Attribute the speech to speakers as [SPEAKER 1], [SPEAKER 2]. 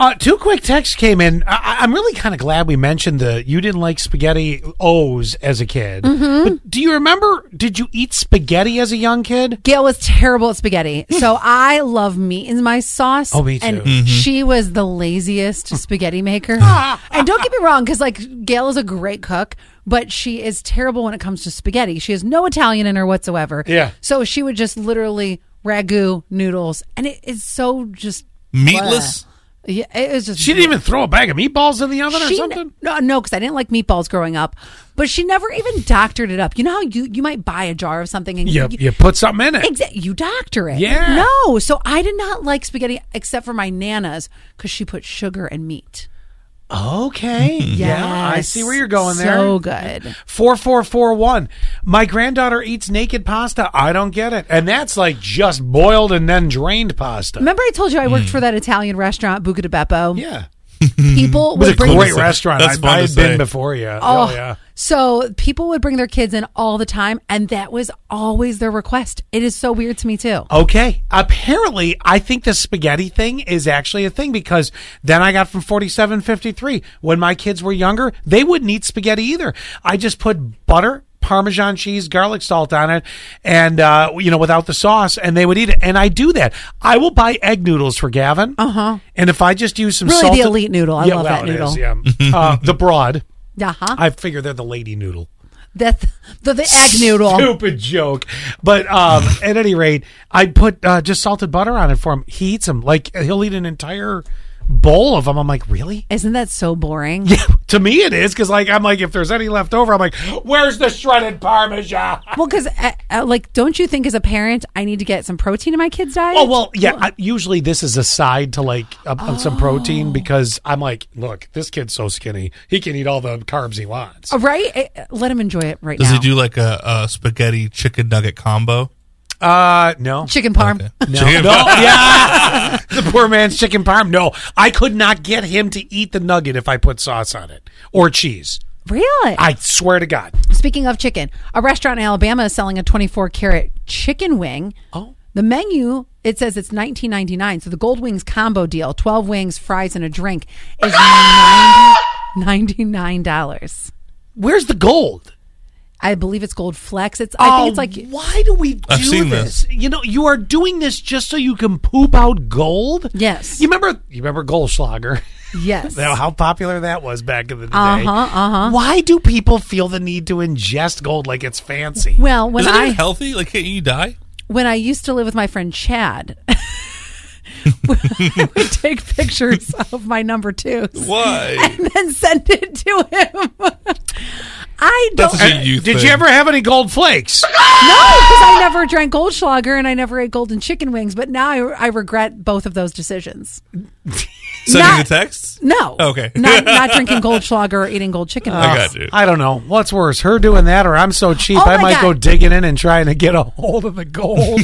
[SPEAKER 1] Uh, two quick texts came in. I, I- I'm really kind of glad we mentioned the you didn't like spaghetti O's as a kid.
[SPEAKER 2] Mm-hmm.
[SPEAKER 1] But do you remember? Did you eat spaghetti as a young kid?
[SPEAKER 2] Gail was terrible at spaghetti. So I love meat in my sauce.
[SPEAKER 1] Oh, me too.
[SPEAKER 2] And
[SPEAKER 1] Mhm.
[SPEAKER 2] she was the laziest spaghetti maker. and don't get me wrong, because like Gail is a great cook, but she is terrible when it comes to spaghetti. She has no Italian in her whatsoever.
[SPEAKER 1] Yeah.
[SPEAKER 2] So she would just literally ragu noodles. And it is so just
[SPEAKER 3] Meatless?
[SPEAKER 2] bleh. Yeah, it was just
[SPEAKER 1] She didn't even throw a bag of meatballs in the oven or
[SPEAKER 2] she-
[SPEAKER 1] something.
[SPEAKER 2] No, no, because I didn't like meatballs growing up. But she never even doctored it up. You know how you you might buy a jar of something and
[SPEAKER 1] You, you put something in it.
[SPEAKER 2] Exactly. You doctor it.
[SPEAKER 1] Yeah.
[SPEAKER 2] No. So I did not like spaghetti except for my nana's because she put sugar and meat.
[SPEAKER 1] Okay. Yeah, I
[SPEAKER 2] Yes.
[SPEAKER 1] see where you're going there.
[SPEAKER 2] So good.
[SPEAKER 1] 4441. My granddaughter eats naked pasta. I don't get it. And that's like just boiled and then drained pasta.
[SPEAKER 2] Remember, I told you I worked for that Italian restaurant, Buca di Beppo?
[SPEAKER 1] Mm.
[SPEAKER 2] Mm-hmm.
[SPEAKER 1] Yeah.
[SPEAKER 2] People
[SPEAKER 1] It was
[SPEAKER 2] would
[SPEAKER 1] a
[SPEAKER 2] bring.
[SPEAKER 1] great
[SPEAKER 3] say.
[SPEAKER 1] restaurant.
[SPEAKER 3] That's
[SPEAKER 1] I've,
[SPEAKER 3] fun to
[SPEAKER 1] I've been
[SPEAKER 3] say.
[SPEAKER 1] before you.
[SPEAKER 2] Oh,
[SPEAKER 1] Oh, yeah.
[SPEAKER 2] So people would bring their kids in all the time, and that was always their request. It is so weird to me, too.
[SPEAKER 1] Okay. Apparently, I think the spaghetti thing is actually a thing because then I got from 4753. When my kids were younger, they wouldn't eat spaghetti either. I just put butter, Parmesan cheese, garlic salt on it, and, uh, you know, without the sauce, and they would eat it. And I do that. I will buy egg noodles for Gavin. Uh huh. And if I just use some
[SPEAKER 2] Uh-huh. Really the
[SPEAKER 1] salted-
[SPEAKER 2] elite noodle. I
[SPEAKER 1] Yeah,
[SPEAKER 2] love
[SPEAKER 1] well,
[SPEAKER 2] that
[SPEAKER 1] it is,
[SPEAKER 2] noodle.
[SPEAKER 1] yeah. uh, the broad.
[SPEAKER 2] Uh huh.
[SPEAKER 1] I figure they're the lady noodle.
[SPEAKER 2] That's the, the egg noodle.
[SPEAKER 1] Stupid joke. But um, at any rate, I put uh, just salted butter on it for him. He eats them. Like, he'll eat an entire bowl of them. I'm like, really?
[SPEAKER 2] Isn't that so boring?
[SPEAKER 1] to me, it is. Because, like, I'm like, if there's any left over, I'm like, where's the shredded Parmesan?
[SPEAKER 2] Well, because uh, uh, like, don't you think as a parent, I need to get some protein in my kids' diet?
[SPEAKER 1] Oh well, yeah. I, usually this is a side to like a, some protein because I'm like, look, this kid's so skinny, he can eat all the carbs he wants.
[SPEAKER 2] right. Uh, Let him enjoy it right
[SPEAKER 3] Does
[SPEAKER 2] now.
[SPEAKER 3] he do like a, a spaghetti chicken nugget combo?
[SPEAKER 1] Uh, no,
[SPEAKER 2] chicken parm?
[SPEAKER 1] No, no, yeah, the poor man's chicken parm. No, I could not get him to eat the nugget if I put sauce on it or cheese.
[SPEAKER 2] Really?
[SPEAKER 1] I swear to God.
[SPEAKER 2] Speaking of chicken, a restaurant in Alabama is selling a 24 carat chicken wing.
[SPEAKER 1] Oh.
[SPEAKER 2] The menu it says it's 19.99. So the Gold Wings combo deal, 12 wings, fries, and a drink, is 90 $99.
[SPEAKER 1] Where's the gold?
[SPEAKER 2] I believe it's Gold Flex. It's I think
[SPEAKER 1] Oh,
[SPEAKER 2] it's like
[SPEAKER 1] why do we do
[SPEAKER 3] I've seen
[SPEAKER 1] this? You know, you are doing this just so you can poop out gold.
[SPEAKER 2] Yes.
[SPEAKER 1] You remember? You remember Goldschlager?
[SPEAKER 2] yes.
[SPEAKER 1] Now, how popular that was back in the day.
[SPEAKER 2] Uh-huh, uh-huh.
[SPEAKER 1] Why do people feel the need to ingest gold like it's fancy?
[SPEAKER 2] Well, when
[SPEAKER 3] Isn't
[SPEAKER 2] I
[SPEAKER 3] it healthy? Like, can't you die?
[SPEAKER 2] when I used to live with my friend Chad, I would take pictures of my number twos
[SPEAKER 3] Why?
[SPEAKER 2] and then send it to him. I don't
[SPEAKER 3] That's
[SPEAKER 2] know
[SPEAKER 3] a youth
[SPEAKER 1] Uh, Did
[SPEAKER 3] thing.
[SPEAKER 1] you ever have any gold flakes?
[SPEAKER 2] because I never drank Goldschlager and I never ate golden chicken wings, but now I, I regret both of those decisions.
[SPEAKER 3] Sending
[SPEAKER 2] Not-
[SPEAKER 3] the texts?
[SPEAKER 2] No.
[SPEAKER 3] Okay.
[SPEAKER 2] not, not drinking Goldschlager or eating gold chicken wings.
[SPEAKER 3] I got you.
[SPEAKER 1] I don't know. What's worse, her doing that or I'm so cheap
[SPEAKER 2] Oh
[SPEAKER 1] I
[SPEAKER 2] my
[SPEAKER 1] might
[SPEAKER 2] God.
[SPEAKER 1] go digging in and trying to get a hold of the gold.